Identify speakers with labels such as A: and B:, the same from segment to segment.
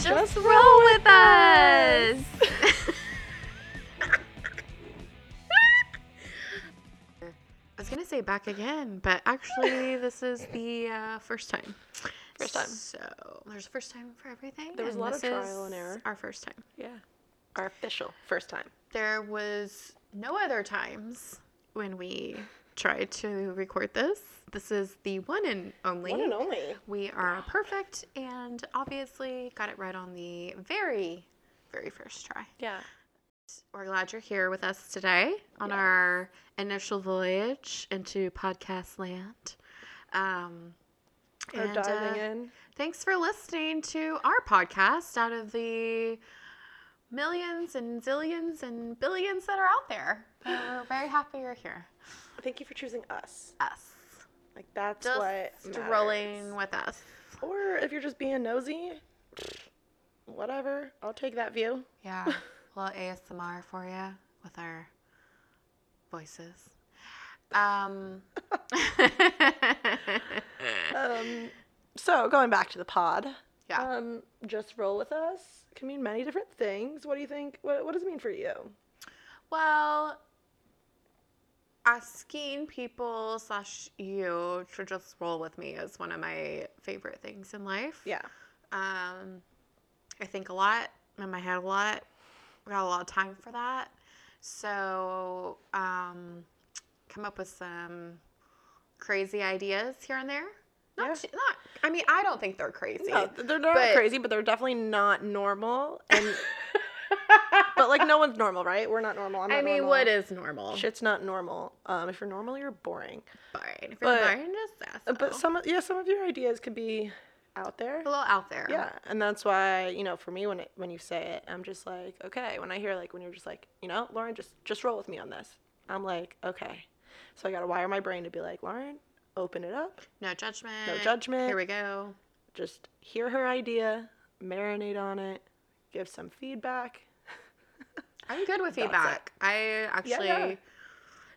A: Just roll with us.
B: I was gonna say back again, but actually, this is the uh, first time.
A: First time.
B: So there's a first time for everything.
A: There was a
B: and
A: lot of
B: this
A: trial and
B: is
A: error.
B: Our first time.
A: Yeah. Our official first time.
B: There was no other times when we tried to record this. This is the one and only.
A: One and only.
B: We are perfect and obviously got it right on the very, very first try.
A: Yeah.
B: We're glad you're here with us today on
A: Yes.
B: our initial voyage into podcast land. Um,
A: We're
B: and,
A: diving
B: uh,
A: in.
B: Thanks for listening to our podcast out of the millions and zillions and billions that are out there. We're very happy you're here.
A: Thank you for choosing us.
B: Us.
A: Like that's
B: Just
A: what
B: rolling
A: matters.
B: with us.
A: Or if you're just being nosy, whatever. I'll take that view.
B: Yeah. A little ASMR for you with our voices. Um.
A: Um, so going back to the pod.
B: Yeah.
A: Um, just roll with us can mean many different things. What do you think? What, what does it mean for you?
B: Well, asking people slash you to just roll with me is one of my favorite things in life.
A: Yeah.
B: Um, I think a lot in my head a lot. I got a lot of time for that. So um, come up with some crazy ideas here and there. Not,
A: Yeah.
B: too, not. I mean, I don't think they're crazy.
A: No, th- they're not
B: but-
A: crazy, but they're definitely not normal. And but like no one's normal, right? We're not normal. I'm not
B: I mean,
A: normal.
B: what is normal?
A: Shit's not normal. Um, if you're normal, you're boring.
B: Fine. If you're
A: but-
B: boring, just ask.
A: Uh, But some, of- yeah, some of your ideas could be out there.
B: a little out there.
A: Yeah, and that's why you know, for me, when it when you say it, I'm just like, okay. When I hear like when you're just like, you know, Lauren, just just roll with me on this. I'm like, okay. So I gotta wire my brain to be like, Lauren, open it up.
B: No judgment.
A: No judgment.
B: Here we go.
A: Just hear her idea, marinate on it, give some feedback.
B: I'm good with
A: That's it.
B: feedback. I actually
A: yeah.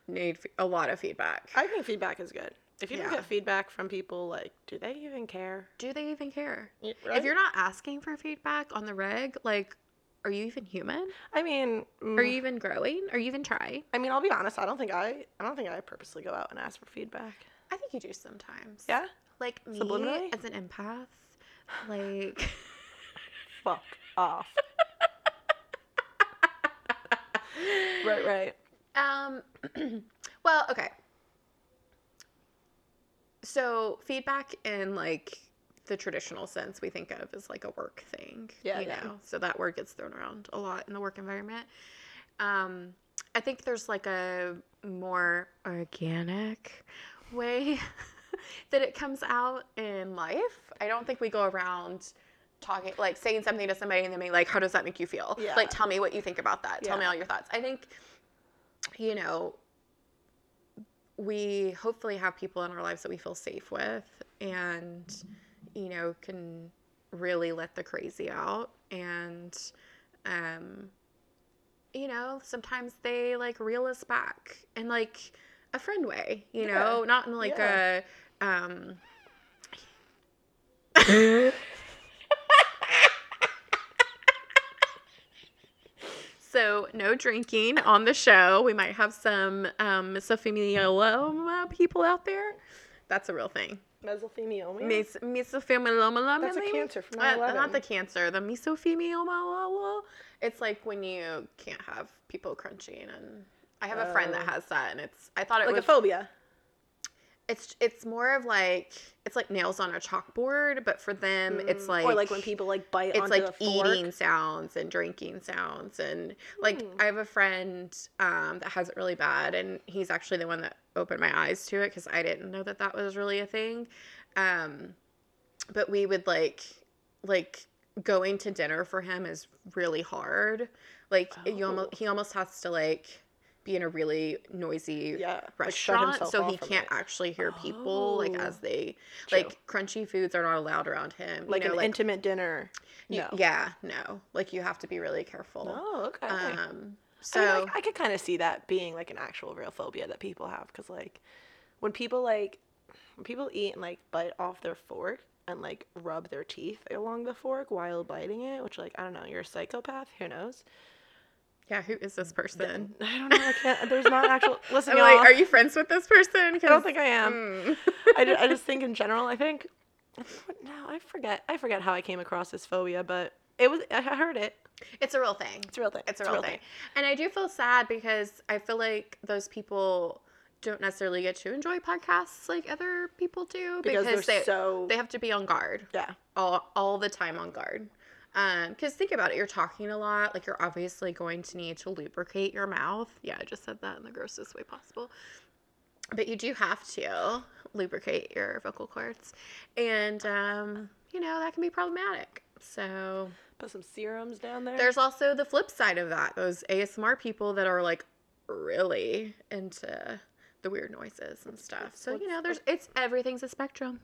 B: need fe- a lot of feedback.
A: I think feedback is good. If you don't
B: Yeah.
A: get feedback from people, like, do they even care?
B: Do they even care?
A: Right?
B: If you're not asking for feedback on the reg, like, are you even human?
A: I mean,
B: Are
A: mm,
B: you even growing? Are you even trying?
A: I mean, I'll be honest. I don't think I, I don't think I purposely go out and ask for feedback.
B: I think you do sometimes.
A: Yeah.
B: Like me
A: Subliminally?
B: as an empath, like
A: Fuck off. right, right.
B: um well, okay. So feedback in like the traditional sense we think of is like a work thing.
A: Yeah,
B: You
A: yeah.
B: know. So that word gets thrown around a lot in the work environment. Um I think there's like a more organic way that it comes out in life. I don't think we go around talking like saying something to somebody and then being like, How does that make you feel?
A: Yeah.
B: Like tell me what you think about that. Tell me
A: Yeah.
B: all your thoughts. I think, you know, we hopefully have people in our lives that we feel safe with and you know can really let the crazy out and um you know sometimes they like reel us back in like a friend way you know not in like
A: Yeah.
B: a um So no drinking on the show. We might have some um, mesothelioma people out there. That's a real thing.
A: Mesothelioma.
B: Mes- mesothelioma.
A: That's a
B: maybe?
A: cancer from
B: Uh,
A: 9/11.
B: Not the cancer. The mesothelioma. It's like when you can't have people crunching, and I have a friend that
A: Oh.
B: has that, and it's. I thought it
A: like a
B: was.
A: phobia.
B: it's it's more of like it's like nails on a chalkboard, but for them, it's like
A: Mm. or like when people like bite
B: it's
A: onto
B: like
A: a fork.
B: eating sounds and drinking sounds and like
A: Hmm.
B: i have a friend um, that has it really bad and he's actually the one that opened my eyes to it because i didn't know that that was really a thing um, but we would like like going to dinner for him is really hard like you almost
A: Oh.
B: he almost has to like be in a really noisy
A: Yeah. like, shut
B: restaurant
A: himself
B: so he
A: off from
B: can't
A: it.
B: actually hear people like
A: Oh.
B: as they
A: True.
B: like crunchy foods are not allowed around him you
A: like
B: know,
A: an intimate dinner.
B: Y-
A: No.
B: Yeah, no. Like you have to be really careful.
A: Oh, okay.
B: Um so
A: I mean, like, I could kind of see that being like an actual real phobia that people have because like when people like when people eat and like bite off their fork, and like rub their teeth along the fork while biting it, which like I don't know, you're a psychopath, who knows?
B: Yeah, who is this person?
A: I don't know. I can't. There's not actual. Listen,
B: I'm
A: y'all,
B: like, are you Mm. friends with this person? hmm.
A: I don't think I am.
B: am.
A: I, ju- I just think in general, I think. No, I forget. I forget how I came across this phobia, but it was. I heard it.
B: It's a real thing.
A: It's a real thing.
B: It's a real thing. And I do feel sad because I feel like those people don't necessarily get to enjoy podcasts like other people do
A: because, they're
B: they
A: so.
B: they have to be on guard
A: yeah.
B: all all the time on guard. Um, because think about it, you're talking a lot. Like you're obviously going to need to lubricate your mouth. Yeah, I just said that in the grossest way possible. But you do have to lubricate your vocal cords, and um, you know that can be problematic. So
A: Put some serums down there.
B: there's also the flip side of that. Those ASMR people that are like really into the weird noises and stuff. So you
A: what's-
B: know, there's it's everything's a spectrum.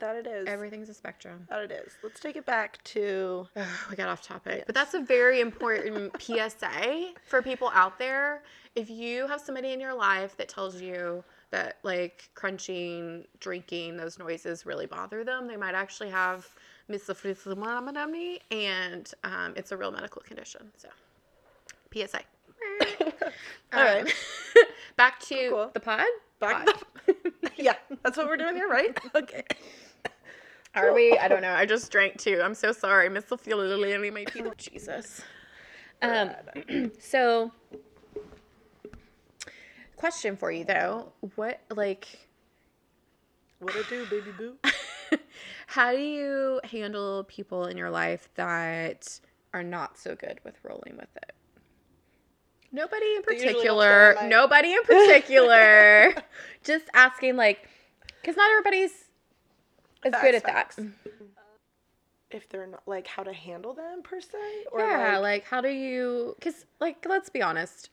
A: that it is.
B: Everything's a spectrum.
A: that it is. Let's take it back to.
B: Ugh, we got off topic, but that's a very important PSA for people out there. If you have somebody in your life that tells you that like crunching, drinking, those noises really bother them, they might actually have misophonia, and um, it's a real medical condition. So, PSA. All
A: right.
B: right, Um, back to
A: cool.
B: the pod.
A: Back
B: Pod.
A: yeah, that's what we're doing here, right? Okay.
B: Are we? I don't know. I just drank two. I'm so sorry. Misophonia, my people. Jesus. Um, so, question for you though. What, like,
A: What it do, baby boo?
B: how do you handle people in your life that are not so good with rolling with it? Nobody in
A: They usually don't
B: particular.
A: sound like-
B: Nobody in particular. just asking, like, because not everybody's as good at
A: Facts, facts.
B: that.
A: If they're not like how to handle them per se, or
B: yeah,
A: like,
B: like, how do you? Because like let's be honest,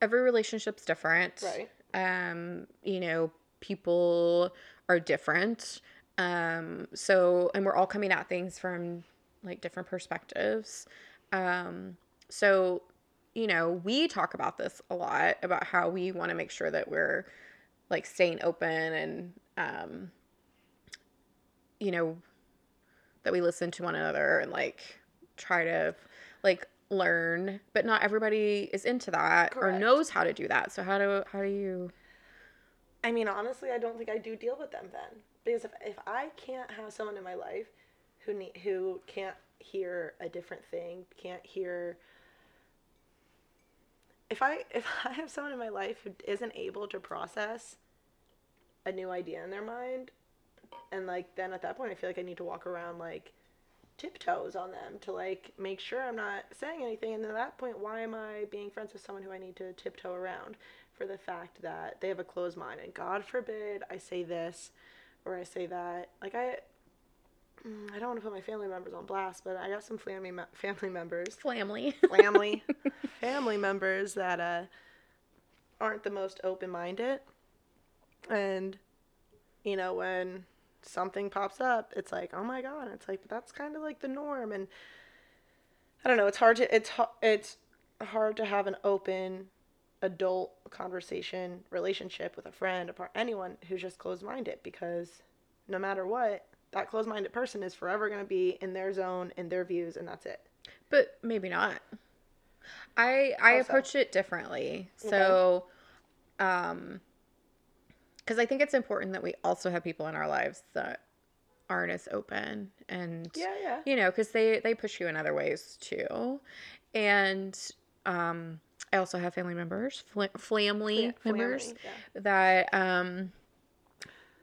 B: every relationship's different.
A: Right.
B: Um, you know, people are different. Um, so and we're all coming at things from like different perspectives. Um, so you know, we talk about this a lot about how we want to make sure that we're like staying open and um you know that we listen to one another and like try to like learn but not everybody is into that or
A: Correct.
B: knows how to do that so how do how do you
A: I mean, honestly, I don't think I do deal with them then, because if, if I can't have someone in my life who need, who can't hear a different thing, can't hear. If I if I have someone in my life who isn't able to process a new idea in their mind, and like then at that point I feel like I need to walk around like tiptoes on them to like make sure I'm not saying anything. And at that point, why am I being friends with someone who I need to tiptoe around for the fact that they have a closed mind? And God forbid I say this or I say that. Like I, Mm, I don't want to put my family members on blast, but I got some family me- family members,
B: flamly
A: family, family members that uh, aren't the most open-minded, and you know when something pops up it's like oh my god it's like that's kind of like the norm and i don't know it's hard to it's ha- it's hard to have an open adult conversation relationship with a friend or par- anyone who's just closed-minded because no matter what that closed-minded person is forever going to be in their zone in their views and that's it
B: but maybe not i i
A: Also.
B: approach it differently so um because i think it's important that we also have people in our lives that aren't as open and
A: yeah
B: you know because they they push you in other ways too and um i also have family members fl- family members that um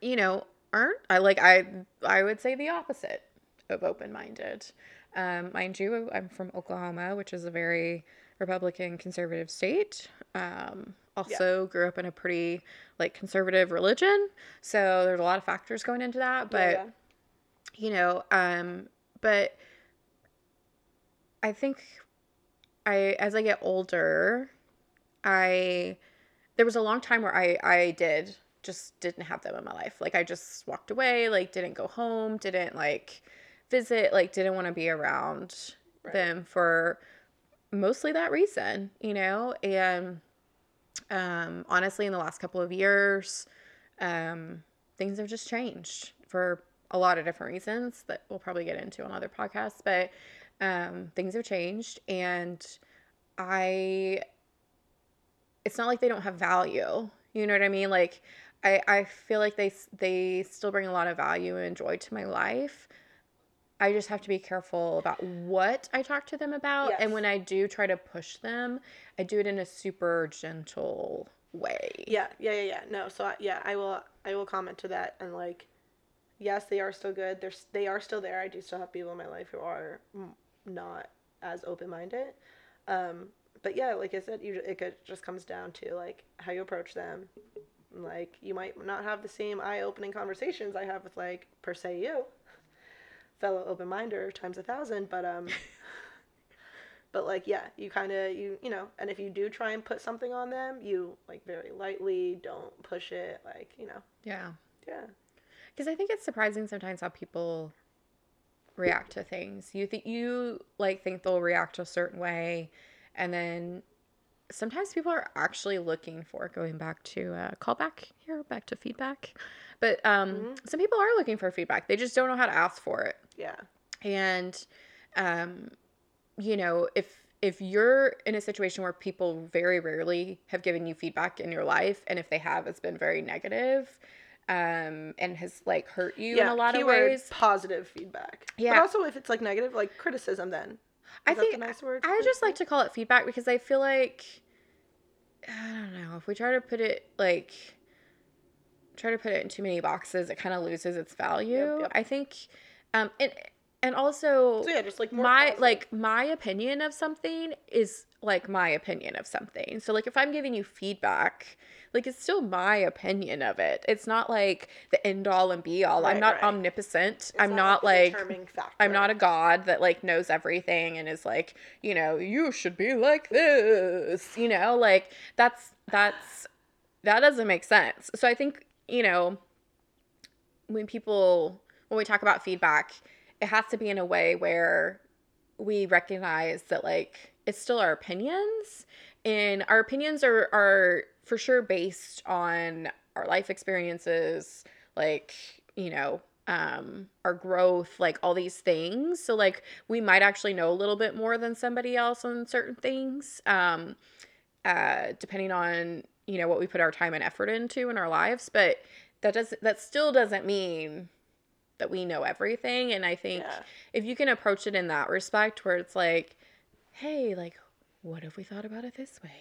B: you know aren't i like i i would say the opposite of open-minded um mind you i'm from oklahoma which is a very republican conservative state um also grew up in a pretty like conservative religion so there's a lot of factors going into that but
A: yeah.
B: you know um but i think i as i get older i there was a long time where i i did just didn't have them in my life like i just walked away like didn't go home didn't like visit like didn't want to be around
A: Right.
B: them for mostly that reason you know and um honestly in the last couple of years um things have just changed for a lot of different reasons that we'll probably get into on other podcasts, but um, things have changed. And I, it's not like they don't have value. You know what I mean? Like, I, I feel like they s- they still bring a lot of value and joy to my life. I just have to be careful about what I talk to them about, and
A: Yes.
B: when I do try to push them, I do it in a super gentle way.
A: Yeah, yeah, yeah, yeah. No, so I, yeah, I will I will comment to that and like yes, they are still good. They're s- they are still there. I do still have people in my life who are mm, not as open-minded. Um but yeah, like I said, you ju- it could- just comes down to like how you approach them. Like you might not have the same eye-opening conversations I have with like per se you, fellow open-minder times a thousand, but um but like yeah you kind of you you know and if you do try and put something on them you like very lightly don't push it like you know
B: Yeah.
A: yeah
B: Because I think it's surprising sometimes how people react to things. You think you like think they'll react a certain way, and then sometimes people are actually looking for going back to uh, callback here, back to feedback. But um,
A: Mhm.
B: some people are looking for feedback. They just don't know how to ask for it.
A: yeah
B: And um, you know, if if you're in a situation where people very rarely have given you feedback in your life, and if they have, it's been very negative, um, and has like hurt you
A: yeah
B: in a lot of
A: keyword,
B: ways.
A: positive feedback
B: Yeah.
A: but also if it's like negative like criticism then
B: I
A: Is that
B: think
A: the nice word
B: I just like to call it feedback because I feel like I don't know if we try to put it like try to put it in too many boxes, it kind of loses its value.
A: yep.
B: I think, um, and and also
A: so yeah just like more
B: my
A: positive.
B: like my opinion of something is like my opinion of something so like if i'm giving you feedback like it's still my opinion of it it's not like the end all and be all i'm
A: Right,
B: not
A: right.
B: omnipotent
A: It's
B: i'm not,
A: a
B: like
A: determining factor.
B: i'm not a god that like knows everything and is like you know you should be like this you know like that's that's that doesn't make sense so i think you know when people when we talk about feedback it has to be in a way where we recognize that like it's still our opinions and our opinions are are for sure based on our life experiences like you know um our growth like all these things so like we might actually know a little bit more than somebody else on certain things um uh depending on you know what we put our time and effort into in our lives but that doesn't that still doesn't mean that we know everything and i think
A: yeah.
B: if you can approach it in that respect where it's like hey like what if we thought about it this way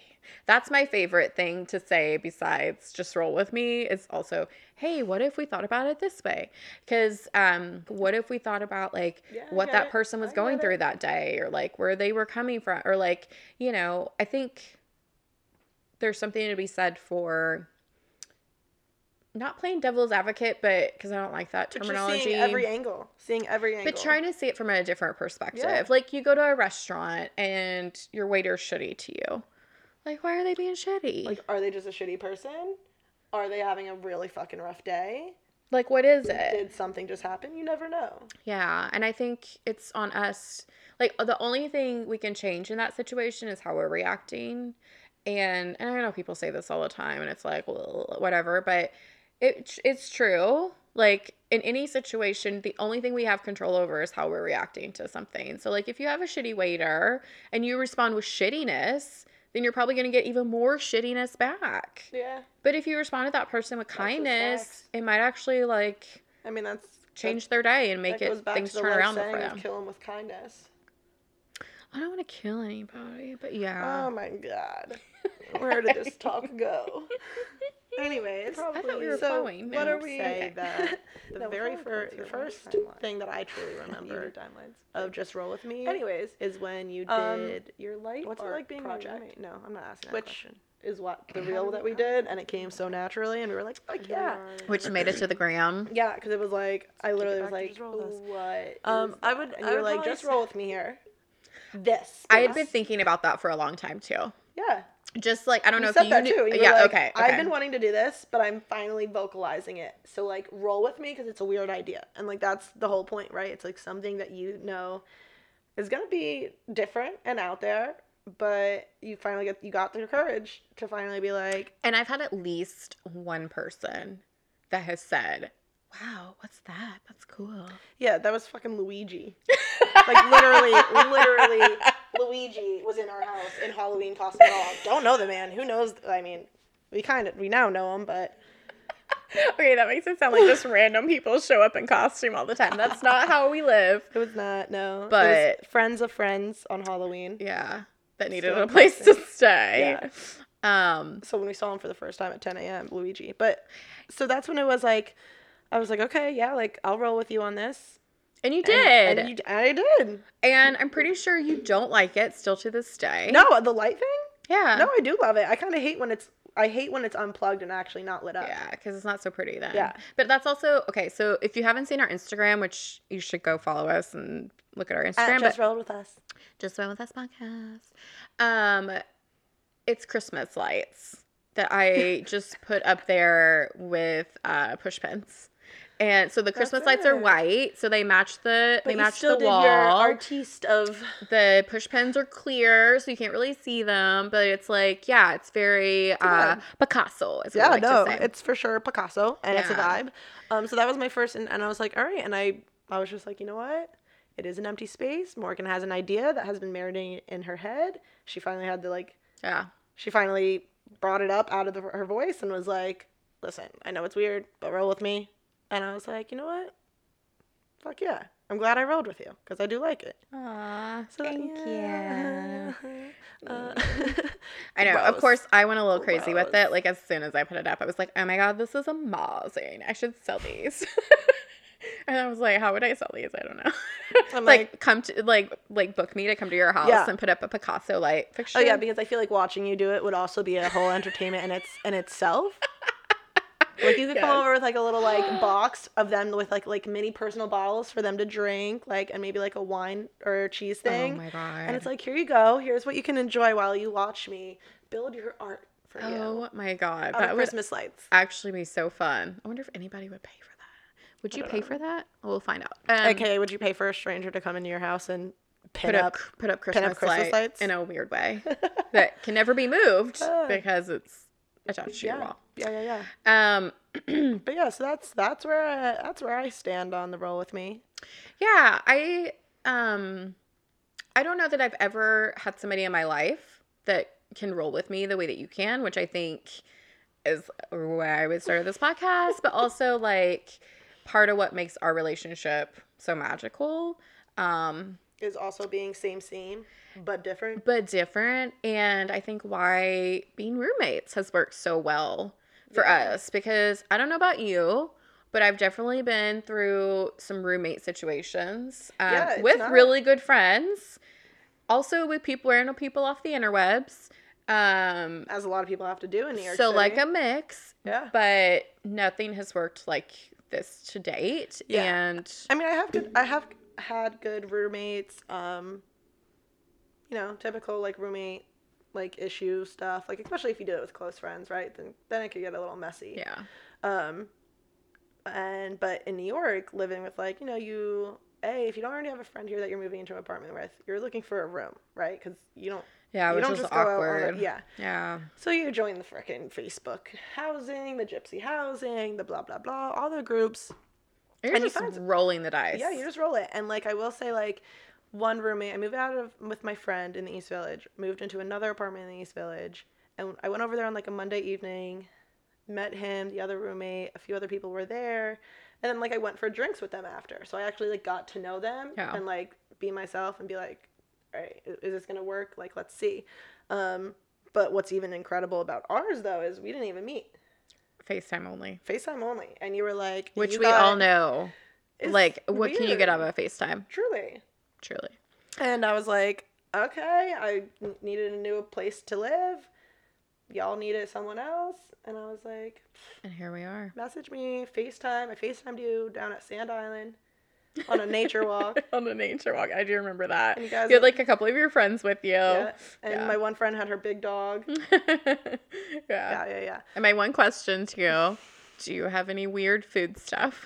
B: that's my favorite thing to say besides just roll with me is also hey what if we thought about it this way because um what if we thought about like
A: Yeah, I
B: what
A: get
B: that
A: it.
B: person was
A: I
B: going
A: get
B: through
A: it.
B: that day or like where they were coming from or like you know i think there's something to be said for not playing devil's advocate but because i don't like that
A: But
B: terminology
A: just seeing every angle seeing every angle
B: but trying to see it from a different perspective.
A: Yeah.
B: Like you go to a restaurant and your waiter's shitty to you. Like why are they being shitty?
A: like
B: Like,
A: are they just a shitty person are they having a really fucking rough day
B: what is it?
A: did something just happen you never know
B: Yeah, and I think it's on us. Like the only thing we can change in that situation is how we're reacting. And, and I know people say this all the time and it's like, well, whatever, but it it's true. Like in any situation, the only thing we have control over is how we're reacting to something. So like if you have a shitty waiter and you respond with shittiness, then you're probably going to get even more shittiness back.
A: yeah
B: But if you respond to that person with
A: just
B: kindness,
A: facts.
B: it might actually like
A: i mean that's
B: change their day and make
A: that goes
B: it
A: back
B: things
A: to the
B: turn
A: love
B: around
A: saying
B: for
A: of
B: them.
A: kill 'em with kindness
B: I don't want to kill anybody, but yeah.
A: oh my god where did this talk go anyways
B: I thought we were
A: so
B: flowing.
A: what
B: No,
A: are we
B: say
A: that the
C: No,
A: very
C: flowing
A: first
C: towards
A: the
C: your
A: first
C: timeline.
A: thing that i truly remember of just roll with me
C: Anyways,
A: is when you did
C: um, your life.
A: what's it
C: art
A: like being my
C: project?
A: roommate? no i'm not asking that
C: Which-
A: question is what the
C: How
A: reel
C: did
A: that we
C: we- how did
A: did
C: we
A: and it
C: do
A: came
C: that?
A: so naturally and we were like fuck yeah
B: Which made it to the gram.
A: yeah, because it was like I literally was
C: back to
A: like,
C: just roll with us.
A: "What?"
C: Um,
A: is
C: I
A: that?"
C: would-
A: And
C: I
A: you were
C: would
A: like,
C: probably
A: "Just
C: say-
A: roll with me here." This.
B: I had been
A: space."
B: thinking about that for a long time too.
A: Yeah.
B: Just like I don't know
A: You
B: if
A: said
B: you
A: that
B: knew-
A: too. and you were
B: yeah,
A: like,
B: okay, okay.
A: I've been wanting to do this, but I'm finally vocalizing it. So like, roll with me because it's a weird idea, and like that's the whole point, right? It's like something that you know is gonna be different and out there, but you finally get you got the courage to finally be like,
B: and I've had at least one person that has said, wow, what's that? That's cool.
A: Yeah, that was fucking Luigi. like literally, literally, Luigi was in our house in Halloween costume. and all. Don't know the man. Who knows? I mean, we kind of we now know him, but
B: Okay, that makes it sound like just random people show up in costume all the time. That's not how we live.
A: it was not. No, It was
B: But-
A: friends of friends on Halloween.
B: Yeah, that needed
A: So
B: a place to stay. Um,
A: So when we saw him for the first time at 10 a.m., Luigi. But so that's when it was like, I was like, okay, yeah, like I'll roll with you on this.
B: and you
A: And-
B: did,
A: And, you, I did.
B: and I'm pretty sure you don't like it still to this day.
A: No, the light thing.
B: yeah,
A: No, I do love it. I kind of hate when it's I hate when it's unplugged and actually not lit up.
B: Yeah, because it's not so pretty then.
A: Yeah.
B: But that's also okay. So if you haven't seen our Instagram, which you should go follow us and look at our
A: At
B: Instagram,
A: just
B: but
A: rolled with us.
B: just went with us podcast. Um, it's Christmas lights that I just put up there with uh, push pins. And so the Christmas lights are
A: it.
B: white, so they match the
A: But
B: they
A: you
B: match
A: still
B: the
A: did
B: wall.
A: your artiste of
B: the push pins are clear, so you can't really see them. But it's like, yeah, it's very uh,
A: vibe.
B: Picasso. Is what I
A: yeah
B: like to
A: no
B: say.
A: it's for sure Picasso and it's a
B: Yeah.
A: vibe. Um, so that was my first and, and I was like all right and I I was just like you know what it is an empty space. Morgan has an idea that has been marinating in her head. She finally had the like
B: yeah.
A: she finally brought it up out of the, her voice and was like, "Listen, I know it's weird, but roll with me." And I was like, "You know what? Fuck yeah! I'm glad I rolled with you because I do like it."
B: Aw,
A: So that-
B: thank Mm.
A: yeah.
B: you.
A: Uh,
B: I know. Of
A: Gross.
B: course, I went a little crazy with
A: Gross.
B: it. Like as soon as I put it up, I was like, "Oh my god, this is amazing! I should sell these." and I was like, "How would I sell these? I don't know."
A: I'm
B: like,
A: like,
B: come to like like book me to come to your house
A: Yeah.
B: and put up a Picasso light fixture.
A: oh yeah, because I feel like watching you do it would also be a whole entertainment in its in itself. Like you could
B: Yes.
A: come over with like a little like box of them with like like mini personal bottles for them to drink, like and maybe like a wine or cheese thing.
B: Oh my god.
A: And it's like, here you go. Here's what you can enjoy while you watch me build your art for you.
B: oh my god,
A: out
B: that
A: of
B: would
A: Christmas lights.
B: actually be so fun. I wonder if anybody would pay for that. Would you
A: don't
B: pay
A: know.
B: for that? We'll find out. Um,
A: okay, would you pay for a stranger to come into your house and pin
B: put up,
A: up?
B: put up Christmas,
A: pin up Christmas
B: light
A: lights?
B: in a weird way that can never be moved
A: Ah.
B: because it's attached to your
A: Yeah.
B: wall.
A: yeah, yeah, yeah.
B: Um,
A: But yeah, so that's that's where I, that's where I stand on the roll with me.
B: yeah, I um, I don't know that I've ever had somebody in my life that can roll with me the way that you can, which I think is why I would start this podcast, but also like part of what makes our relationship so magical. Um,
A: Is also being same same but different.
B: but different. And I think why being roommates has worked so well for
A: Yeah.
B: us because I don't know about you, but I've definitely been through some roommate situations um,
A: Yeah, it's
B: with
A: not-
B: really good friends, also with people random people off the interwebs. Um,
A: As a lot of people have to do in New York
B: so
A: City.
B: like a mix,
A: yeah.
B: but nothing has worked like this to date.
A: Yeah.
B: And
A: I mean, I have good. I have had good roommates. Um, you know, typical like roommate like issue stuff. Like especially if you do it with close friends, right? Then then it could get a little messy.
B: yeah,
A: Um, and but in New York, living with like you know you a if you don't already have a friend here that you're moving into an apartment with, you're looking for a room, right? Because you don't.
B: yeah,
A: you
B: which
A: don't
B: is
A: just go out on a-
B: awkward.
A: yeah.
B: yeah.
A: So you join the frickin' Facebook housing, the Gypsy housing, the blah blah blah, all the groups.
B: You're
A: And you
B: just
A: find-
B: rolling the dice.
A: Yeah, you just roll it. And like I will say, like one roommate, I moved out of with my friend in the East Village, moved into another apartment in the East Village, and I went over there on like a Monday evening, met him, the other roommate, a few other people were there, and then like I went for drinks with them after. So I actually like got to know them
B: Yeah.
A: and like be myself and be like, all right, i- is this gonna work? Like let's see. Um, but what's even incredible about ours though is we didn't even meet.
B: FaceTime only.
A: FaceTime only. And you were like
B: Which
A: you
B: we all
A: got-
B: know.
A: it's
B: Like, what can you get
A: weird.
B: out of a FaceTime?
A: Truly.
B: Truly.
A: And I was like, okay, I n- needed a new place to live. Y'all needed someone else. And I was like,
B: And here we are.
A: message me, FaceTime. I FaceTimed you down at Sand Island on a nature walk.
B: On the nature walk. I do remember that.
A: And
B: You,
A: you guys
B: had like a couple of your friends with you.
A: yeah.
B: Yeah.
A: And
B: Oh, yeah.
A: my one friend had her big dog. Yeah, yeah, yeah.
B: And my one question to you do you have any weird food stuff?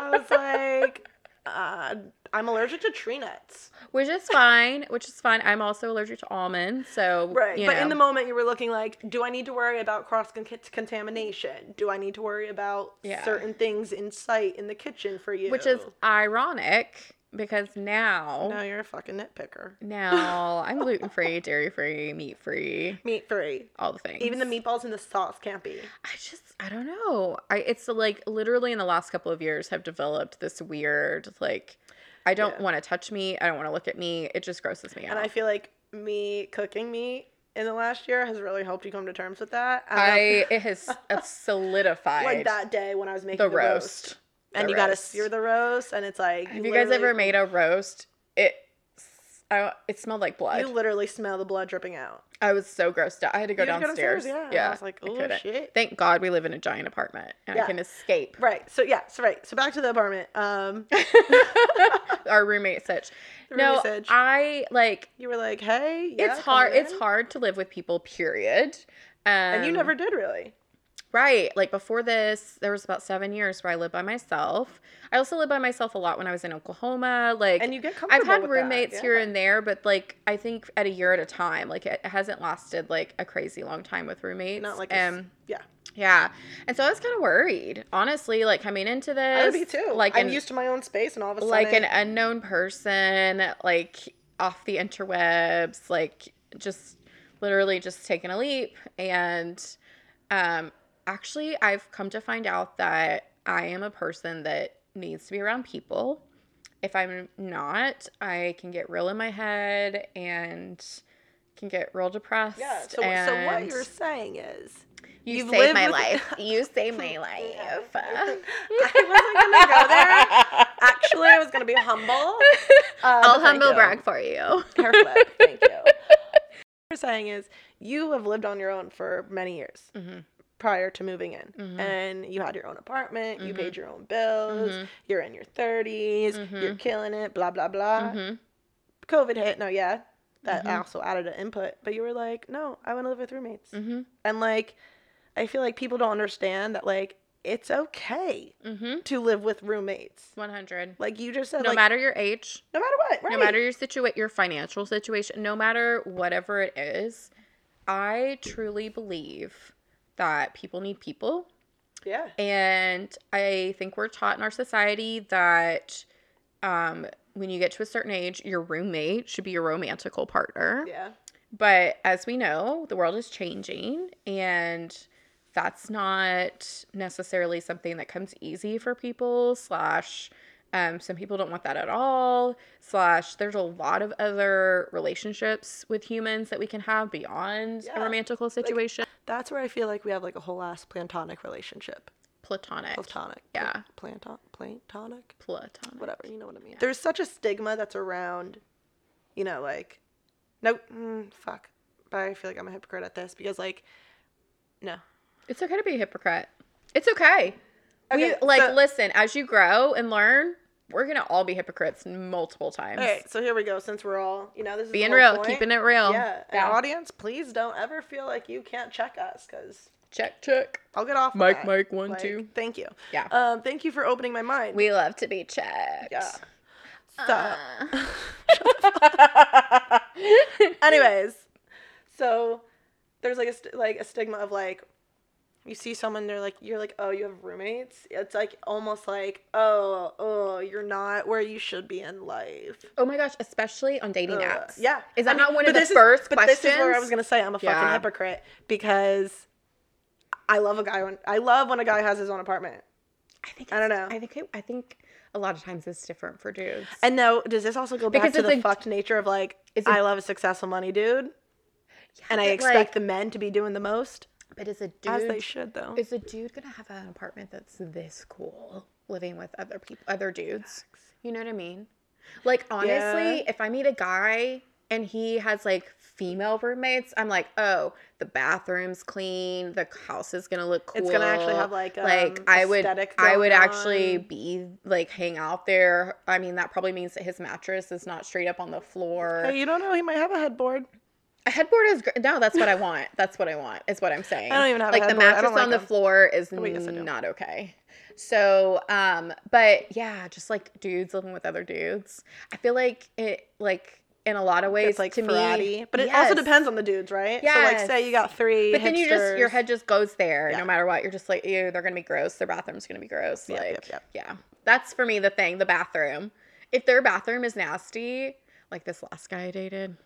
A: I was like, uh, I'm allergic to tree nuts.
B: Which is fine. Which is fine. I'm also allergic to almonds, so
A: Right.
B: you
A: but
B: know.
A: in the moment, you were looking like, do I need to worry about cross con- contamination? Do I need to worry about
B: Yeah.
A: certain things in sight in the kitchen for you?
B: which is ironic because now
A: No, you're a fucking nitpicker.
B: now I'm gluten free, dairy free, meat free,
A: Meat free.
B: all the things.
A: Even the meatballs and the sauce can't be.
B: I just I don't know. I it's like literally in the last couple of years have developed this weird like I don't
A: Yeah.
B: want to touch me. I don't want to look at me. It just grosses me out.
A: And I feel like me cooking meat in the last year has really helped you come to terms with that. And
B: I it has it's
A: feel
B: solidified
A: like that day when I was making
B: the, roast.
A: and
B: the
A: you gotta
B: roast.
A: sear the roast, and it's like
B: Have you guys
A: literally-
B: ever made a roast? It I, don't- it smelled like blood.
A: You literally smell the blood dripping out.
B: I was so grossed out. I had to go
A: You had to go
B: downstairs.
A: downstairs, yeah. I was like, "Oh,
B: couldn't."
A: shit."
B: Thank God we live in a giant apartment and I
A: Yeah.
B: can escape.
A: Right. So yeah. So right. So back to the apartment. Um,
B: Our roommate Sitch.
A: the
B: No,
A: roommate said-
B: I like
A: you were like, hey, yeah,
B: it's
A: come
B: hard.
A: on
B: It's
A: in.
B: hard to live with people. Period. Um,
A: And you never did really.
B: right. Like before this, there was about seven years where I lived by myself. I also lived by myself a lot when I was in Oklahoma. Like
A: And you get comfortable.
B: I've had
A: with that,
B: roommates
A: yeah.
B: here and there, but like I think at a year at a time. Like it hasn't lasted like a crazy long time with roommates.
A: Not like a s-
B: um,
A: yeah.
B: yeah. And so I was kind of worried, honestly, like coming into this.
A: I would be too.
B: Like
A: I'm
B: an,
A: used to my own space, and all of a sudden,
B: like an unknown person, like off the interwebs, like just literally just taking a leap. And um, actually, I've come to find out that I am a person that needs to be around people. If I'm not, I can get real in my head and can get real depressed.
A: yeah. So, so what
B: and
A: you're saying is,
B: you
A: you've
B: saved
A: lived
B: my
A: with-
B: life. You saved my
A: Yeah.
B: life.
A: I wasn't gonna go there. Actually, I was gonna be humble. Uh,
B: I'll
A: but thank
B: humble
A: you.
B: brag for you.
A: Hair flip. Thank you. What you're saying is, you have lived on your own for many years
B: Mhm.
A: prior to moving in,
B: Mhm.
A: and you had your own apartment. You
B: Mhm.
A: paid your own bills.
B: Mhm.
A: You're in your 30s. You're
B: Mhm.
A: killing it. Blah blah blah.
B: Mhm.
A: COVID hit. No, yeah. That
B: Mhm.
A: also added an input, but you were like, no, I want to live with roommates.
B: Mhm.
A: And like, I feel like people don't understand that, like, it's okay
B: Mhm.
A: to live with roommates.
B: 100.
A: Like, you just said,
B: No
A: like,
B: matter your age,
A: no matter what, right?
B: no matter your situa- your financial situation, no matter whatever it is, I truly believe that people need people.
A: Yeah.
B: And I think we're taught in our society that um, when you get to a certain age, your roommate should be your romantical partner.
A: Yeah.
B: But as we know, the world is changing and that's not necessarily something that comes easy for people slash um, some people don't want that at all slash there's a lot of other relationships with humans that we can have beyond a
A: Yeah.
B: romantical situation
A: That's where I feel like we have like a whole ass platonic relationship.
B: platonic
A: Platonic.
B: Yeah.
A: Planton- platonic.
B: platonic
A: Whatever. You know what I mean. There's such a stigma that's around, you know, like, no, mm, fuck. But I feel like I'm a hypocrite at this because, like, no.
B: it's okay to be a hypocrite it's okay,
A: Okay,
B: we like
A: so-
B: listen as you grow and learn we're gonna all be hypocrites multiple times
A: All right, so here we go. Since we're all, you know, this is
B: being
A: the whole
B: real
A: point.
B: keeping it real
A: Yeah, and audience, please don't ever feel like you can't check us because
B: check check
A: I'll get off.
B: Mic,
A: of that.
B: mic, one,
A: Like,
B: two.
A: Thank you.
B: Yeah.
A: Um, thank you for opening my mind.
B: We love to be checked.
A: yeah. Stop.
B: Uh.
A: Anyways, so there's like a st- like a stigma of like you see someone they're like you're like oh you have roommates it's like almost like oh oh you're not where you should be in life
B: oh my gosh, especially on dating
A: Ugh.
B: apps.
A: yeah
B: Is that
A: I mean,
B: not one
A: but
B: of the
A: this is-
B: first
A: but
B: questions?
A: this is where I was gonna say I'm a fucking
B: Yeah.
A: hypocrite because I love a guy when I love when a guy has his own apartment
B: I think
A: I don't know.
B: I think it, I think a lot of times it's different for dudes.
A: and no does this also go back
B: Because
A: to
B: it's
A: the
B: a-
A: fucked nature of like
B: It's a-
A: I love a successful money dude
B: Yeah,
A: and I
B: but,
A: expect
B: like-
A: the men to be doing the most
B: But is a
A: as they
B: dude
A: should though
B: is a dude gonna have an apartment that's this cool living with other people, other dudes? You know what I mean? Like honestly,
A: Yeah.
B: if I meet a guy and he has like female roommates, I'm like, oh, the bathroom's clean, the house is gonna look cool.
A: It's gonna actually have, like, um,
B: I would
A: aesthetic
B: I would
A: going
B: actually
A: on.
B: be like hang out there. I mean, that probably means that his mattress is not straight up on the floor.
A: Hey, you don't know. He might have a headboard.
B: A headboard is gr- no. That's what I want. That's what I want. Is what I'm saying.
A: I don't even have a
B: like the
A: headboard. I don't
B: mattress
A: like
B: on the
A: them.
B: floor is
A: wait, yes, I do.
B: not okay. So, um, but yeah, just like dudes living with other dudes. I feel like it, like in a lot of ways,
A: It's like
B: to
A: karate,
B: me,
A: but it also
B: Yes.
A: depends on the dudes, right? So like, say
B: Yes.
A: you got three.
B: But then you just your
A: hipsters.
B: head just goes there
A: Yeah.
B: no matter what. You're just like, ew, they're gonna be gross. Their bathroom's gonna be gross.
A: Yep,
B: like,
A: yep, yep.
B: yeah, that's for me the thing. The bathroom. If their bathroom is nasty, like this last guy I dated,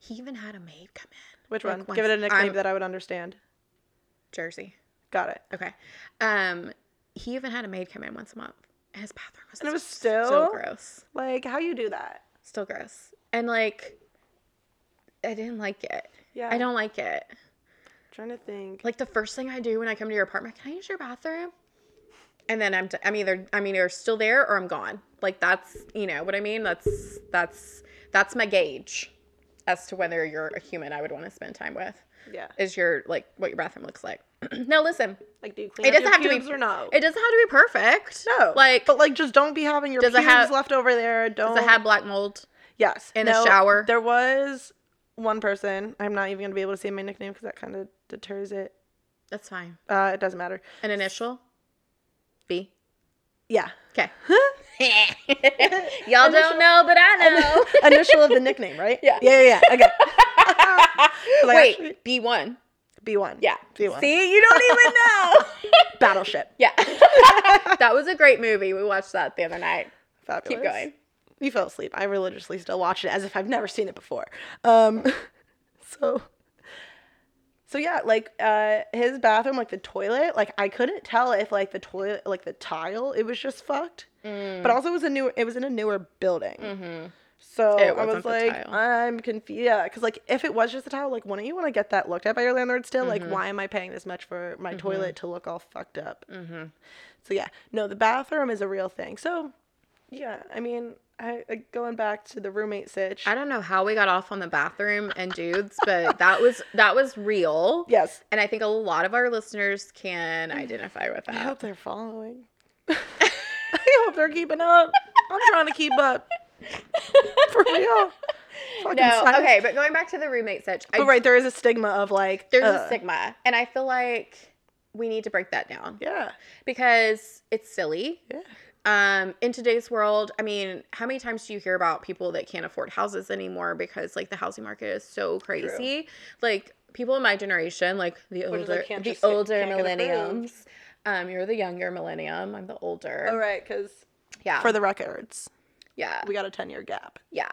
B: he even had a maid come in.
A: Which
B: like,
A: one?
B: once
A: Give it a nickname
B: I'm-
A: that I would understand.
B: Jersey.
A: Got it.
B: Okay. Um, he even had a maid come in once a month, and his bathroom was
A: And it was
B: so
A: still
B: gross,
A: like how you do that.
B: still gross, and like, I didn't like it.
A: Yeah.
B: I don't like it.
A: Trying to think.
B: Like the first thing I do when I come to your apartment, can I use your bathroom? And then I'm, d- I'm either, I'm either still there or I'm gone. Like that's, you know what I mean? That's, that's, that's my gauge as to whether you're a human I would want to spend time with.
A: yeah.
B: Is your like what your bathroom looks like? now listen,
A: Like, do you clean
B: it
A: up
B: doesn't
A: your
B: have to
A: pubes
B: be
A: or no?
B: It doesn't have to be perfect.
A: no.
B: like
A: but like, just don't be having your
B: Does it
A: pubes
B: have-
A: left over there. Don't.
B: Does it have black mold?
A: Yes.
B: in the shower?
A: There was one person. I'm not even gonna be able to say my nickname because that kind of deters it.
B: That's fine.
A: Uh, it doesn't matter.
B: An initial? B.
A: Yeah.
B: Okay. Y'all don't know, but I know.
A: Initial of the nickname, right?
B: Yeah.
A: Yeah. Yeah. yeah. Okay. 'Cause I actually-
B: Wait, B one.
A: B one.
B: Yeah.
A: B one.
B: See, you don't even know.
A: Battleship.
B: yeah. that was a great movie. We watched that the other night.
A: Fabulous.
B: Keep going.
A: You fell asleep. I religiously still watch it as if I've never seen it before. Um, so, so yeah, like uh, his bathroom, like the toilet, like I couldn't tell if like the toilet, like the tile, it was just fucked.
B: Mm.
A: But also, it was a new, it was in a newer building. So
B: Mm-hmm. It
A: I was
B: wasn't the
A: like,
B: tile.
A: I'm confused. Yeah, because like if it was just a tile, like wouldn't you want to get that looked at by your landlord still?
B: Mm-hmm.
A: Like, why am I paying this much for my toilet to look all fucked up? So yeah, no, the bathroom is a real thing. So yeah, I mean, I, I going back to the roommate sitch.
B: I don't know how we got off on the bathroom and dudes, but that was that was real.
A: yes,
B: And I think a lot of our listeners can identify with that.
A: I hope they're following. I hope they're keeping up. I'm trying to keep up. For real. Fucking
B: no,
A: science.
B: okay, but going back to the roommate sitch, I,
A: But right, there is a stigma of like
B: there's
A: uh,
B: a stigma, and I feel like we need to break that down
A: Yeah.
B: because it's silly.
A: Yeah.
B: Um, in today's world, I mean, how many times do you hear about people that can't afford houses anymore because like the housing market is so crazy? Like people in my generation, like the
A: Which is, like,
B: older,
A: can't
B: the
A: just get-
B: older
A: can't get approved.
B: millenniums. Um, you're the younger millennium. I'm the older.
A: All right, because
B: Yeah.
A: for the records,
B: yeah.
A: we got a 10 year gap.
B: Yeah.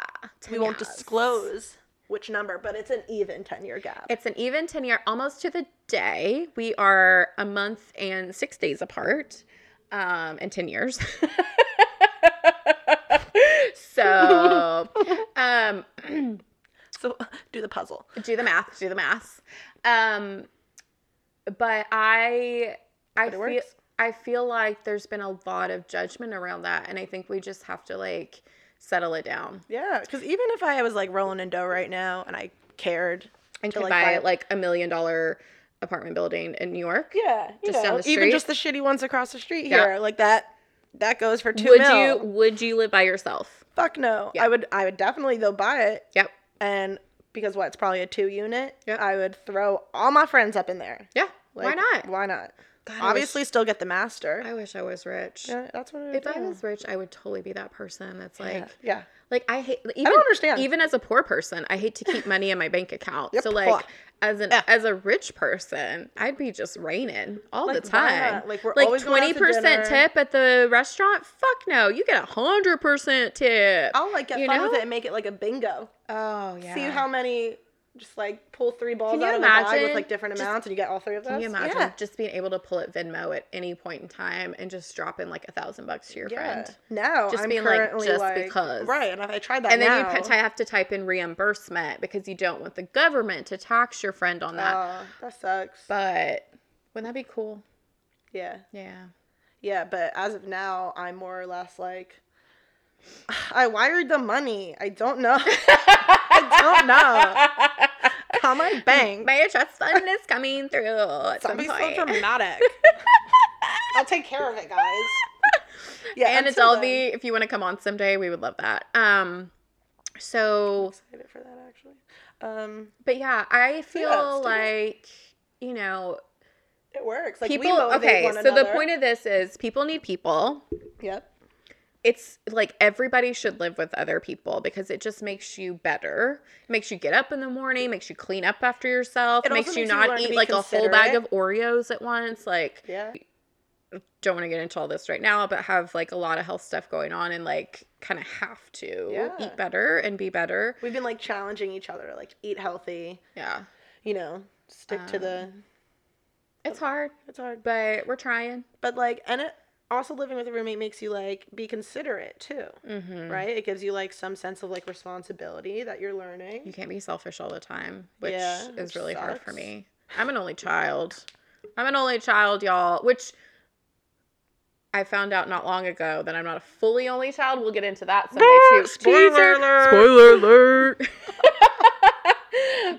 A: We won't
B: Yes.
A: disclose which number, but it's an even 10 year gap.
B: It's an even 10 year, almost to the day. We are a month and six days apart, um, and 10 years. so, um,
A: So do the puzzle.
B: do the math, do the math. Um, but I, I
A: But it
B: feel,
A: works.
B: I feel like there's been a lot of judgment around that, and I think we just have to like settle it down
A: Yeah, because even if I was like rolling in dough right now and I cared
B: and
A: to,
B: could
A: like,
B: buy
A: buy-
B: like a million dollar apartment building in New York.
A: Yeah, you
B: Just down
A: know,
B: the
A: even just the shitty ones across the street
B: Yeah.
A: here, like that. That goes for two
B: would
A: mil.
B: you would you live by yourself
A: Fuck no.
B: Yeah.
A: I would. I would definitely though buy it,
B: yep
A: and because what? It's probably a two unit.
B: Yeah.
A: I would throw all my friends up in there.
B: yeah why
A: Like,
B: not
A: Why not?
B: God, I wish-
A: Obviously, still get the master.
B: i wish i was rich
A: yeah, that's what I would
B: if
A: do.
B: i was rich i would totally be that person that's like
A: yeah. yeah.
B: like i hate even,
A: understand.
B: even as a poor person i hate to keep money in my bank account
A: Yep.
B: so like as an as a rich person i'd be just raining all
A: Like,
B: the
A: why
B: time
A: not? Like, we're always going out to
B: 20%
A: dinner.
B: tip at the restaurant fuck no you get a 100% tip
A: I'll like get
B: You
A: fun with
B: know?
A: it and make it like a bingo.
B: oh yeah
A: See how many. Just like pull three balls
B: you
A: out of the bag with
B: imagine
A: like different
B: just-
A: amounts, and you get all three of those.
B: Can you imagine
A: Yeah.
B: just being able to pull at Venmo at any point in time and just drop in like a thousand bucks to your friend?
A: Now
B: Just
A: I'm
B: being like,
A: currently
B: just
A: like-
B: because.
A: Right, and if I tried that
B: And then
A: now-
B: you p- have to type in reimbursement because you don't want the government to tax your friend on that.
A: Oh, that sucks.
B: but wouldn't that be cool?
A: yeah,
B: Yeah.
A: yeah, but as of now, I'm more or less like, I wired the money. I don't know. I don't know. Call my bank.
B: My trust fund is coming through. At
A: Don't
B: some
A: be
B: point.
A: so dramatic. I'll take care of it, guys. Yeah,
B: and it's
A: until
B: all
A: then-
B: the if you want to come on someday, we would love that. Um So,
A: Excited for that actually. Um,
B: but yeah, I feel
A: let's do
B: like, you know,
A: it works. Like we
B: people,
A: motivate
B: okay,
A: one
B: so the
A: another.
B: point of this is people need people.
A: Yep.
B: it's like everybody should live with other people because it just makes you better. It makes you get up in the morning, makes you clean up after yourself,
A: It also
B: makes, you
A: makes you learn
B: not
A: to
B: eat
A: be
B: like a whole bag of
A: considerate.
B: Oreos at once. Like,
A: Yeah.
B: don't want to get into all this right now, but have like a lot of health stuff going on and like kind of have to
A: Yeah.
B: eat better and be better.
A: We've been like challenging each other, like eat healthy,
B: Yeah.
A: you know, stick to the.
B: Um, It's hard,
A: It's hard, but
B: but we're trying.
A: but like and it also living with a roommate makes you like be considerate too,
B: Mm-hmm.
A: right? It gives you like some sense of like responsibility that you're learning.
B: You can't be selfish all the time, which
A: Yeah,
B: is
A: which
B: really hard for
A: sucks.
B: me. I'm an only child. I'm an only child, y'all, which I found out not long ago that I'm not a fully only child. We'll get into that someday too. Teaser.
A: Spoiler alert!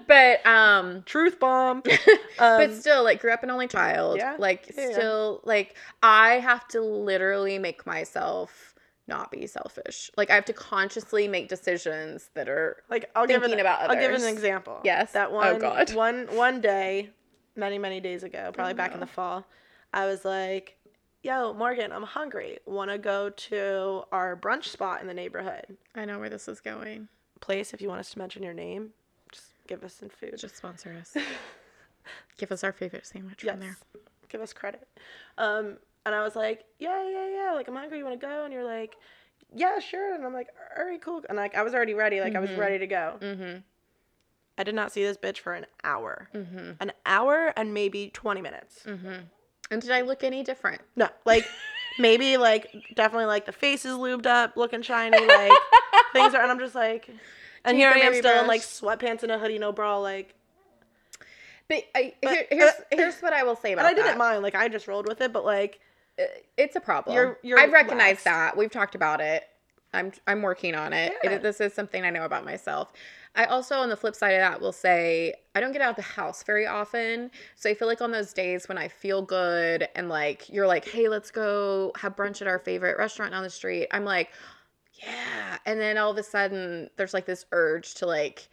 B: But um
A: Truth bomb.
B: but
A: Um,
B: still like grew up an only child.
A: Yeah,
B: Like
A: yeah, yeah.
B: still like I have to literally make myself not be selfish. Like I have to consciously make decisions that are
A: like I'll give an,
B: thinking about
A: I'll give an
B: others.
A: example.
B: Yes.
A: That
B: Oh,
A: one.
B: God.
A: One one day, many many days ago, probably back
B: Oh.
A: in the fall, I was like, "Yo, Morgan, I'm hungry. Want to go to our brunch spot in the neighborhood
B: I know where this is going.
A: place? If you want us to mention your name, just give us some food.
B: Just sponsor us. Give us our favorite sandwich
A: yes.
B: from there.
A: Give us credit." Um, and I was like, "Yeah, yeah, yeah. Like I'm hungry. You want to go?" And you're like. Yeah, sure. And I'm like, all right, cool. And like, I was already ready. Like, I was ready to go.
B: Mm-hmm.
A: I did not see this bitch for an hour.
B: Mm-hmm.
A: an hour and maybe 20 minutes.
B: Mm-hmm. And did I look any different?
A: No, like maybe like definitely like the face is lubed up, looking shiny, like things are. And I'm just like,
B: Teeth
A: and here
B: are
A: I am
B: maybe
A: still in like
B: brushed.
A: sweatpants and a hoodie, no bra, like.
B: But, I,
A: But-
B: here, here's
A: uh,
B: here's what I will say about
A: And I
B: that.
A: didn't mind, like I just rolled with it, but like
B: I- uh, It's a problem.
A: You're- you're
B: I've
A: lax.
B: recognized that. We've talked about it. I'm I'm working on it. It-
A: Yeah.
B: This is something I know about myself. I also, on the flip side of that, will say I don't get out of the house very often. So I feel like on those days when I feel good and like you're like, hey, let's go have brunch at our favorite restaurant down the street. I'm like, yeah. And then all of a sudden, there's like this urge to like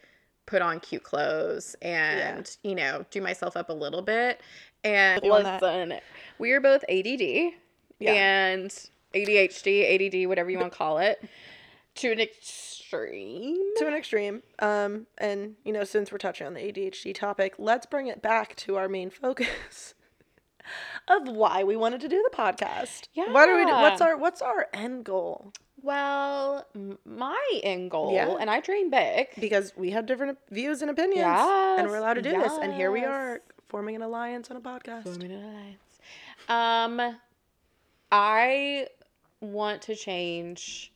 B: put on cute clothes and you know do myself up a little bit. And
A: you on that.
B: listen, we are both ADD
A: yeah,
B: and ADHD, ADD, whatever you want to call it, to an extreme.
A: to an extreme. Um, and you know, since we're touching on the ADHD topic, let's bring it back to our main focus. Of why we wanted to do the podcast. What are we? do-
B: Yeah.
A: What's our What's our end goal?
B: Well, m- my end goal,
A: Yeah.
B: and I dream big.
A: because we have different views and opinions and we're
B: Yes,
A: allowed to do this and here we are
B: yes.
A: forming an alliance on a podcast
B: Women in Alliance. Um, I want to change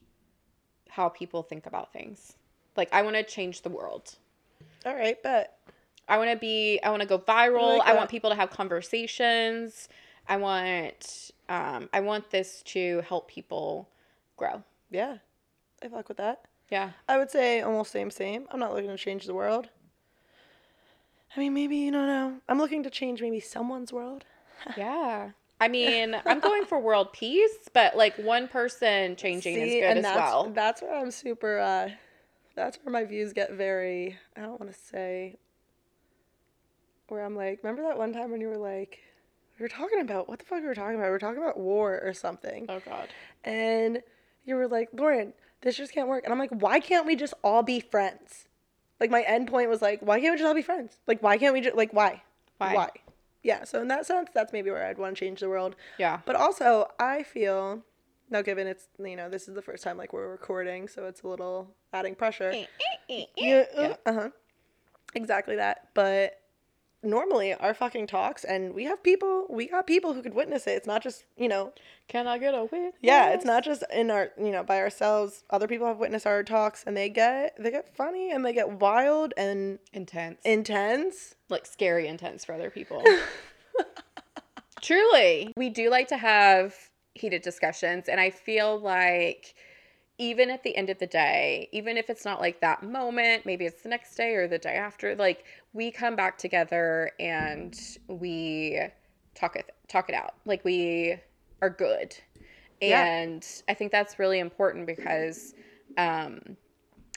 B: how people think about things. Like, I want to change the world.
A: all right but
B: I want to be. I want to go viral.
A: like
B: I
A: that.
B: want people to have conversations. I want. Um, I want this to help people grow.
A: yeah i fuck with that
B: Yeah.
A: i would say almost same same i'm not looking to change the world i mean maybe you don't know i'm looking to change maybe someone's world
B: Yeah. I mean, I'm going for world peace, but like one person changing is
A: See,
B: good as
A: that's,
B: well.
A: that's where i'm super uh that's where my views get very i don't want to say where i'm like remember that one time when you were like we were talking about what the fuck we were talking about we were talking about war or something
B: Oh God.
A: and you were like, Lauren, this just can't work. And I'm like, why can't we just all be friends? Like my end point was like, why can't we just all be friends? Like why can't we just like why?
B: Why?
A: Yeah. So in that sense, that's maybe where I'd want to change the world.
B: Yeah.
A: But also, I feel now given it's you know this is the first time like we're recording, so it's a little adding pressure. Yeah. Uh huh. Exactly that. But normally our fucking talks and we have people we got people who could witness it it's not just you know
B: Can I get a witness?
A: yeah, it's not just in our, you know, by ourselves. Other people have witnessed our talks, and they get they get funny and they get wild and
B: intense.
A: intense.
B: like scary intense for other people. Truly. We do like to have heated discussions and I feel like even at the end of the day, even if it's not like that moment, maybe it's the next day or the day after, like we come back together and we talk it talk it out. Like we are good.
A: Yeah.
B: And I think that's really important because um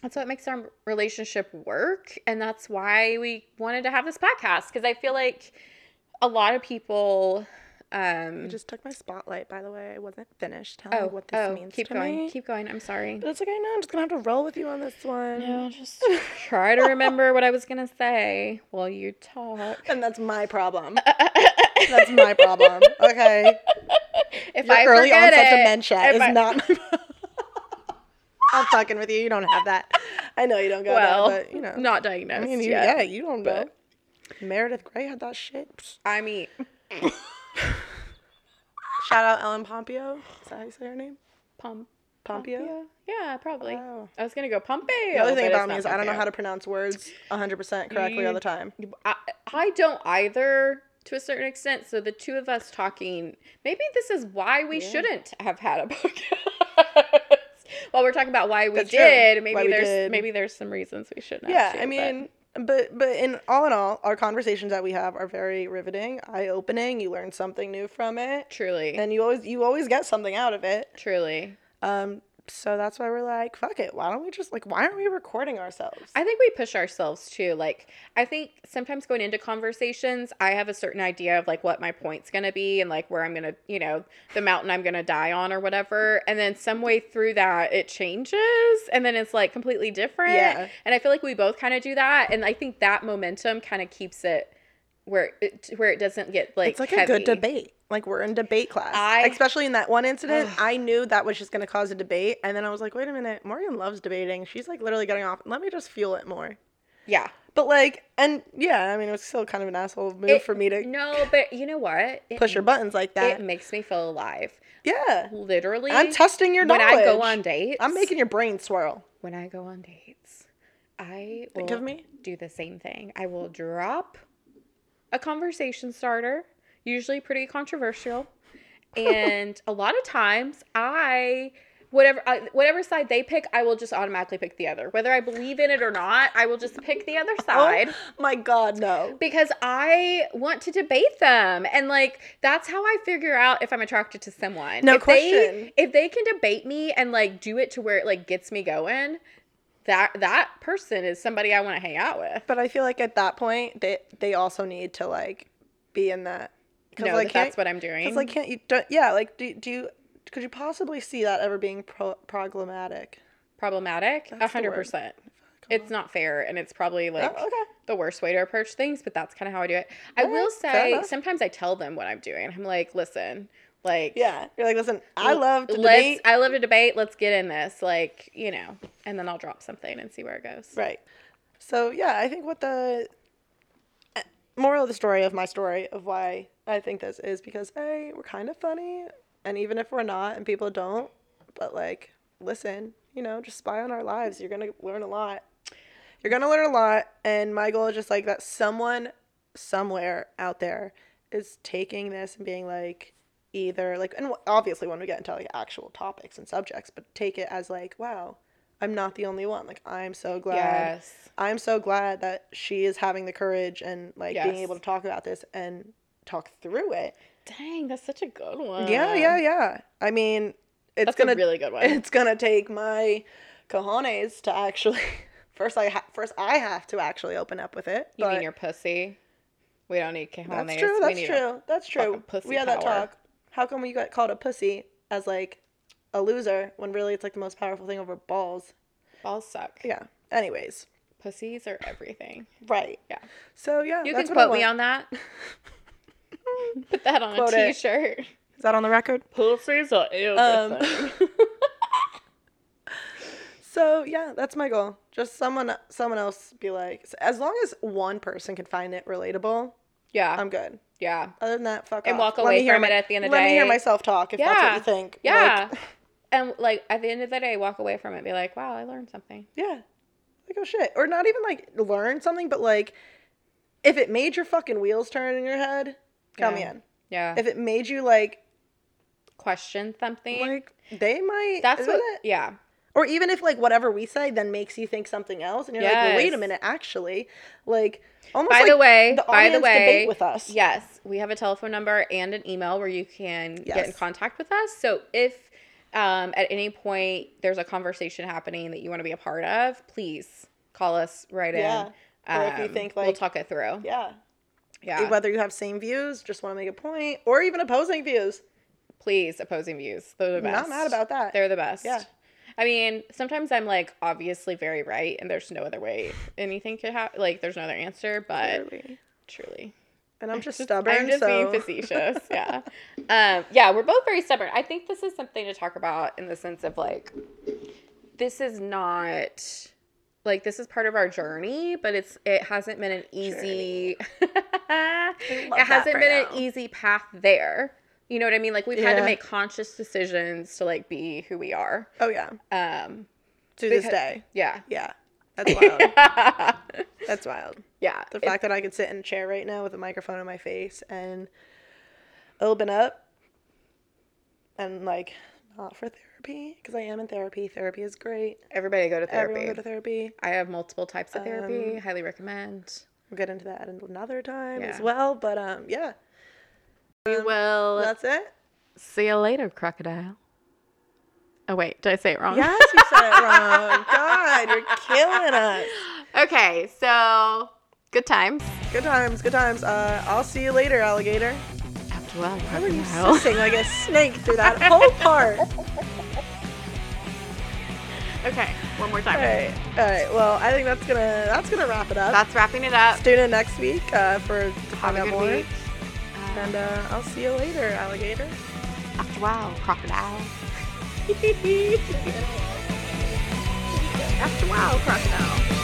B: that's what makes our relationship work and that's why we wanted to have this podcast because i feel like a lot of people um
A: I just took my spotlight, by the way. I wasn't finished. Tell
B: oh
A: me what this
B: oh,
A: means
B: keep
A: to
B: going
A: me.
B: keep going i'm sorry
A: but it's okay, no, I'm just gonna have to roll with you on this one.
B: no just try to remember what i was gonna say while you talk
A: And that's my problem. that's my problem. Okay.
B: if
A: Your
B: i
A: early
B: forget
A: onset
B: it,
A: dementia
B: if
A: is
B: I-
A: not my problem. I'm fucking with you. You don't have that. I know you don't go
B: well
A: there, but you know.
B: not
A: I
B: diagnosed
A: mean, you,
B: yet.
A: yeah, you don't know.
B: but-
A: Meredith Grey had that shit. Psh.
B: i mean
A: Shout out Ellen Pompeo. Is that how you say her name?
B: pump
A: Pompeo?
B: yeah probably
A: Wow.
B: i was gonna go pompeo
A: The other thing about me is I don't know how to pronounce words 100% correctly all
B: You-
A: the time.
B: I, I don't either to a certain extent. So the two of us talking, maybe this is why we shouldn't have had a podcast. While we're talking about why we
A: That's true.
B: did, maybe
A: Why we
B: there's
A: did.
B: maybe there's some reasons we shouldn't.
A: Yeah,
B: have
A: I
B: too, but-
A: mean, but but in all in all, our conversations that we have are very riveting, eye-opening. You learn something new from it,
B: truly,
A: and you always you always get something out of it.
B: truly,
A: Um, so that's why we're like, fuck it. Why don't we just like why aren't we recording ourselves?
B: I think we push ourselves too. Like, I think sometimes going into conversations, I have a certain idea of like what my point's gonna be and like where I'm gonna, you know, the mountain I'm gonna die on or whatever. And then some way through that, it changes and then it's like completely different.
A: Yeah.
B: And I feel like we both kind of do that. And I think that momentum kind of keeps it where it, where it doesn't get like,
A: it's like a
B: heavy.
A: good debate. Like we're in debate class.
B: I-
A: Especially in that one incident,
B: Ugh.
A: I knew that was just gonna cause a debate, and then I was like, wait a minute, Morgan loves debating. She's like literally getting off. Let me just fuel it more.
B: Yeah.
A: But like, and yeah, I mean, it was still kind of an asshole move
B: It-
A: for me to
B: No, but you know what? It,
A: push your buttons like that.
B: It makes me feel alive.
A: yeah,
B: Literally.
A: I'm testing your
B: when
A: knowledge.
B: I go on dates,
A: I'm making your brain swirl.
B: when I go on dates, I will
A: Think of me.
B: do the same thing. I will drop a conversation starter, usually pretty controversial, and a lot of times I whatever I, whatever side they pick, I will just automatically pick the other, whether I believe in it or not. I will just pick the other side
A: Oh my God, no.
B: because I want to debate them. And like that's how I figure out if I'm attracted to someone.
A: No
B: if they-
A: question.
B: if they can debate me and like do it to where it like gets me going, that that person is somebody I want to hang out with.
A: But I feel like at that point, they they also need to like be in that. Because
B: No,
A: like
B: that that's
A: can't,
B: what I'm doing.
A: because like can't you? Don't, yeah, like do do you? Could you possibly see that ever being pro- problematic?
B: problematic. A
A: That's the
B: hundred
A: word.
B: percent. It's not fair, and it's probably like
A: oh, okay.
B: the worst way to approach things. But that's kind of how I do it. I
A: All right,
B: will
A: fair
B: say
A: enough.
B: sometimes I tell them what I'm doing. I'm like, listen, like
A: Yeah, you're like, listen, I love to
B: let's,
A: debate.
B: I love to debate. Let's get in this, like you know, and then I'll drop something and see where it goes.
A: Right. So yeah, I think what the uh, moral of the story of my story of why I think this is because a we're kind of funny, and even if we're not, and people don't, but like listen, you know, just spy on our lives. You're gonna learn a lot. You're gonna learn a lot, and my goal is just like that someone somewhere out there is taking this and being like either like and obviously when we get into like actual topics and subjects but take it as like wow i'm not the only one like i'm so glad
B: Yes.
A: I'm so glad that she is having the courage and like being
B: Yes.
A: able to talk about this and talk through it.
B: Dang, that's such a good one.
A: yeah, yeah, yeah. I mean, it's
B: Mm. That's
A: gonna
B: a really good one.
A: it's gonna take my cojones to actually first I ha- first I have to actually open up with it.
B: You
A: but
B: mean your pussy? We don't need cajones.
A: that's true.
B: We
A: That's
B: need
A: true.
B: a-
A: that's
B: fucking
A: true.
B: pussy
A: We had that
B: power.
A: talk. How come we got called a pussy as like a loser when really it's like the most powerful thing over balls?
B: balls suck.
A: Yeah. Anyways,
B: Pussies are everything.
A: right.
B: Yeah.
A: So yeah,
B: You
A: that's
B: can
A: what I
B: quote me
A: want.
B: on that. Put that on
A: Quote
B: a
A: it.
B: t-shirt.
A: Is that on the record?
B: Pussies are
A: Um, So yeah, that's my goal. Just someone, someone else be like, as long as one person can find it relatable,
B: yeah,
A: I'm good.
B: yeah,
A: Other than that, fuck
B: And
A: off.
B: walk away
A: hear
B: from it at the end of the
A: Let me hear
B: day.
A: myself talk if that's what
B: Yeah.
A: you think. Like,
B: yeah. and like at the end of the day, walk away from it, and be like, "Wow, I learned something."
A: yeah. Like oh shit, or not even like learn something, but like, if it made your fucking wheels turn in your head, come
B: Yeah.
A: in.
B: Yeah,
A: If it made you like,
B: question something.
A: like they might.
B: That's
A: is
B: what.
A: it?
B: Yeah,
A: Or even if like whatever we say then makes you think something else, and you're like, well, wait a
B: Yes.
A: minute, actually, like almost
B: By
A: like
B: the way,
A: the
B: by the
A: audience debate
B: way,
A: with us.
B: Yes, we have a telephone number and an email where you can get in
A: Yes.
B: contact with us. So if um, at any point there's a conversation happening that you want to be a part of, please call us right in.
A: Yeah. Or if you
B: Um,
A: think,
B: we'll
A: like-
B: talk it through.
A: Yeah.
B: Yeah,
A: Whether you have same views, just want to make a point, or even opposing views.
B: please opposing views. They're the
A: I'm
B: best.
A: not mad about that.
B: They're the best.
A: Yeah.
B: I mean, sometimes I'm like obviously very right, and there's no other way anything could happen. Like, there's no other answer, but
A: Clearly.
B: truly,
A: And I'm just stubborn.
B: I'm just
A: so.
B: being facetious. Yeah, um, yeah, we're both very stubborn. I think this is something to talk about in the sense of like, this is not like this is part of our journey, but it's it hasn't been an easy. it
A: that
B: hasn't
A: for
B: been an
A: you.
B: easy path there. You know what I mean? Like we've had to
A: Yeah.
B: make conscious decisions to like be who we are.
A: Oh yeah. To
B: Um,
A: this
B: Because-
A: day.
B: yeah.
A: Yeah. That's wild.
B: yeah.
A: That's wild. The
B: It-
A: fact that I could sit in a chair right now with a microphone on my face and open up and like not for therapy because I am in therapy. Therapy is great.
B: everybody go to therapy.
A: Everyone go to Um, therapy.
B: I have multiple types of therapy. Highly recommend.
A: We'll get into that another time as
B: Yeah.
A: well. But um, yeah,
D: We will
A: that's it.
D: see you later, crocodile. Oh wait, did I say it wrong?
A: Yes, you said it wrong. God, you're killing us.
D: Okay, so good times.
A: Good times, good times. Uh, I'll see you later, alligator.
D: After all,
A: Why were you
D: crocodile.
A: sissing like a snake through that whole part?
D: Okay, one more time.
A: All right, all right. Well, I think that's gonna that's gonna wrap it up.
D: That's wrapping it up.
A: Tune in next week uh, for to
D: Have
A: find
D: a
A: out
D: good
A: more.
D: week. Uh,
A: And uh, I'll see you later, alligator.
D: after all, crocodile.
A: After a while, crocodile.